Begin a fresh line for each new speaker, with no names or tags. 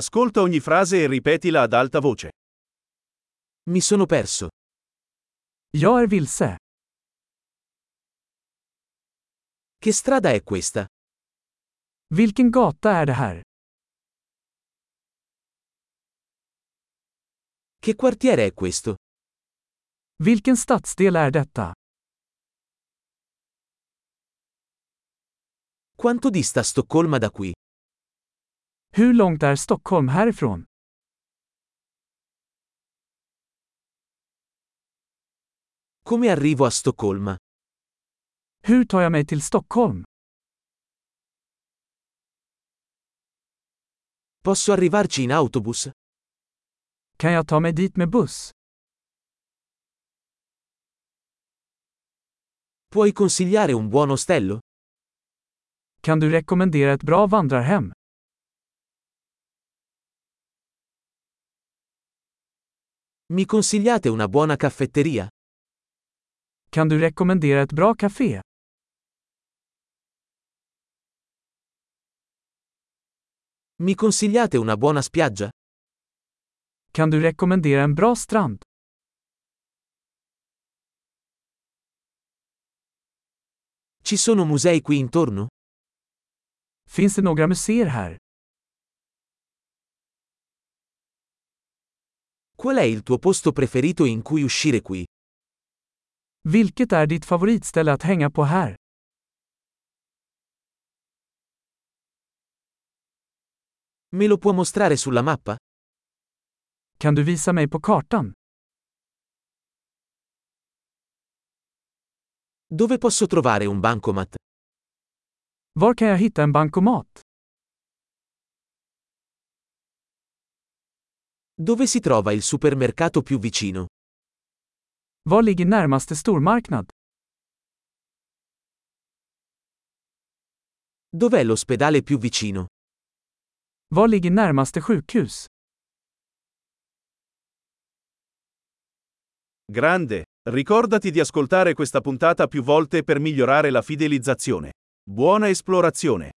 Ascolta ogni frase e ripetila ad alta voce. Mi sono perso.
Jag är vilse.
Che strada è questa?
Vilken gata är det här?
Che quartiere è questo?
Vilken stadsdel är detta?
Quanto dista Stoccolma da qui?
Hur långt är Stockholm härifrån?
Come arrivo a Stoccolma?
Hur tar jag mig till Stockholm?
Posso arrivarci in autobus?
Kan jag ta mig dit med buss?
Puoi consigliare un buon ostello?
Kan du rekommendera ett bra vandrarhem?
Mi consigliate una buona caffetteria?
Kan du rekommendera ett bra café?
Mi consigliate una buona spiaggia?
Kan du rekommendera en bra strand?
Ci sono musei qui intorno?
Finns det några museer här?
Qual è il tuo posto preferito in cui uscire qui?
Vilket är ditt favoritställe att hänga på här?
Me lo può mostrare sulla mappa?
Kan du visa mig på kartan?
Dove posso trovare un bancomat?
Var kan jag hitta en bankomat?
Dove si trova il supermercato più vicino?
Var ligger närmaste stormarknad?
Dov'è l'ospedale più vicino?
Var ligger närmaste sjukhus?
Grande! Ricordati di ascoltare questa puntata più volte per migliorare la fidelizzazione. Buona esplorazione!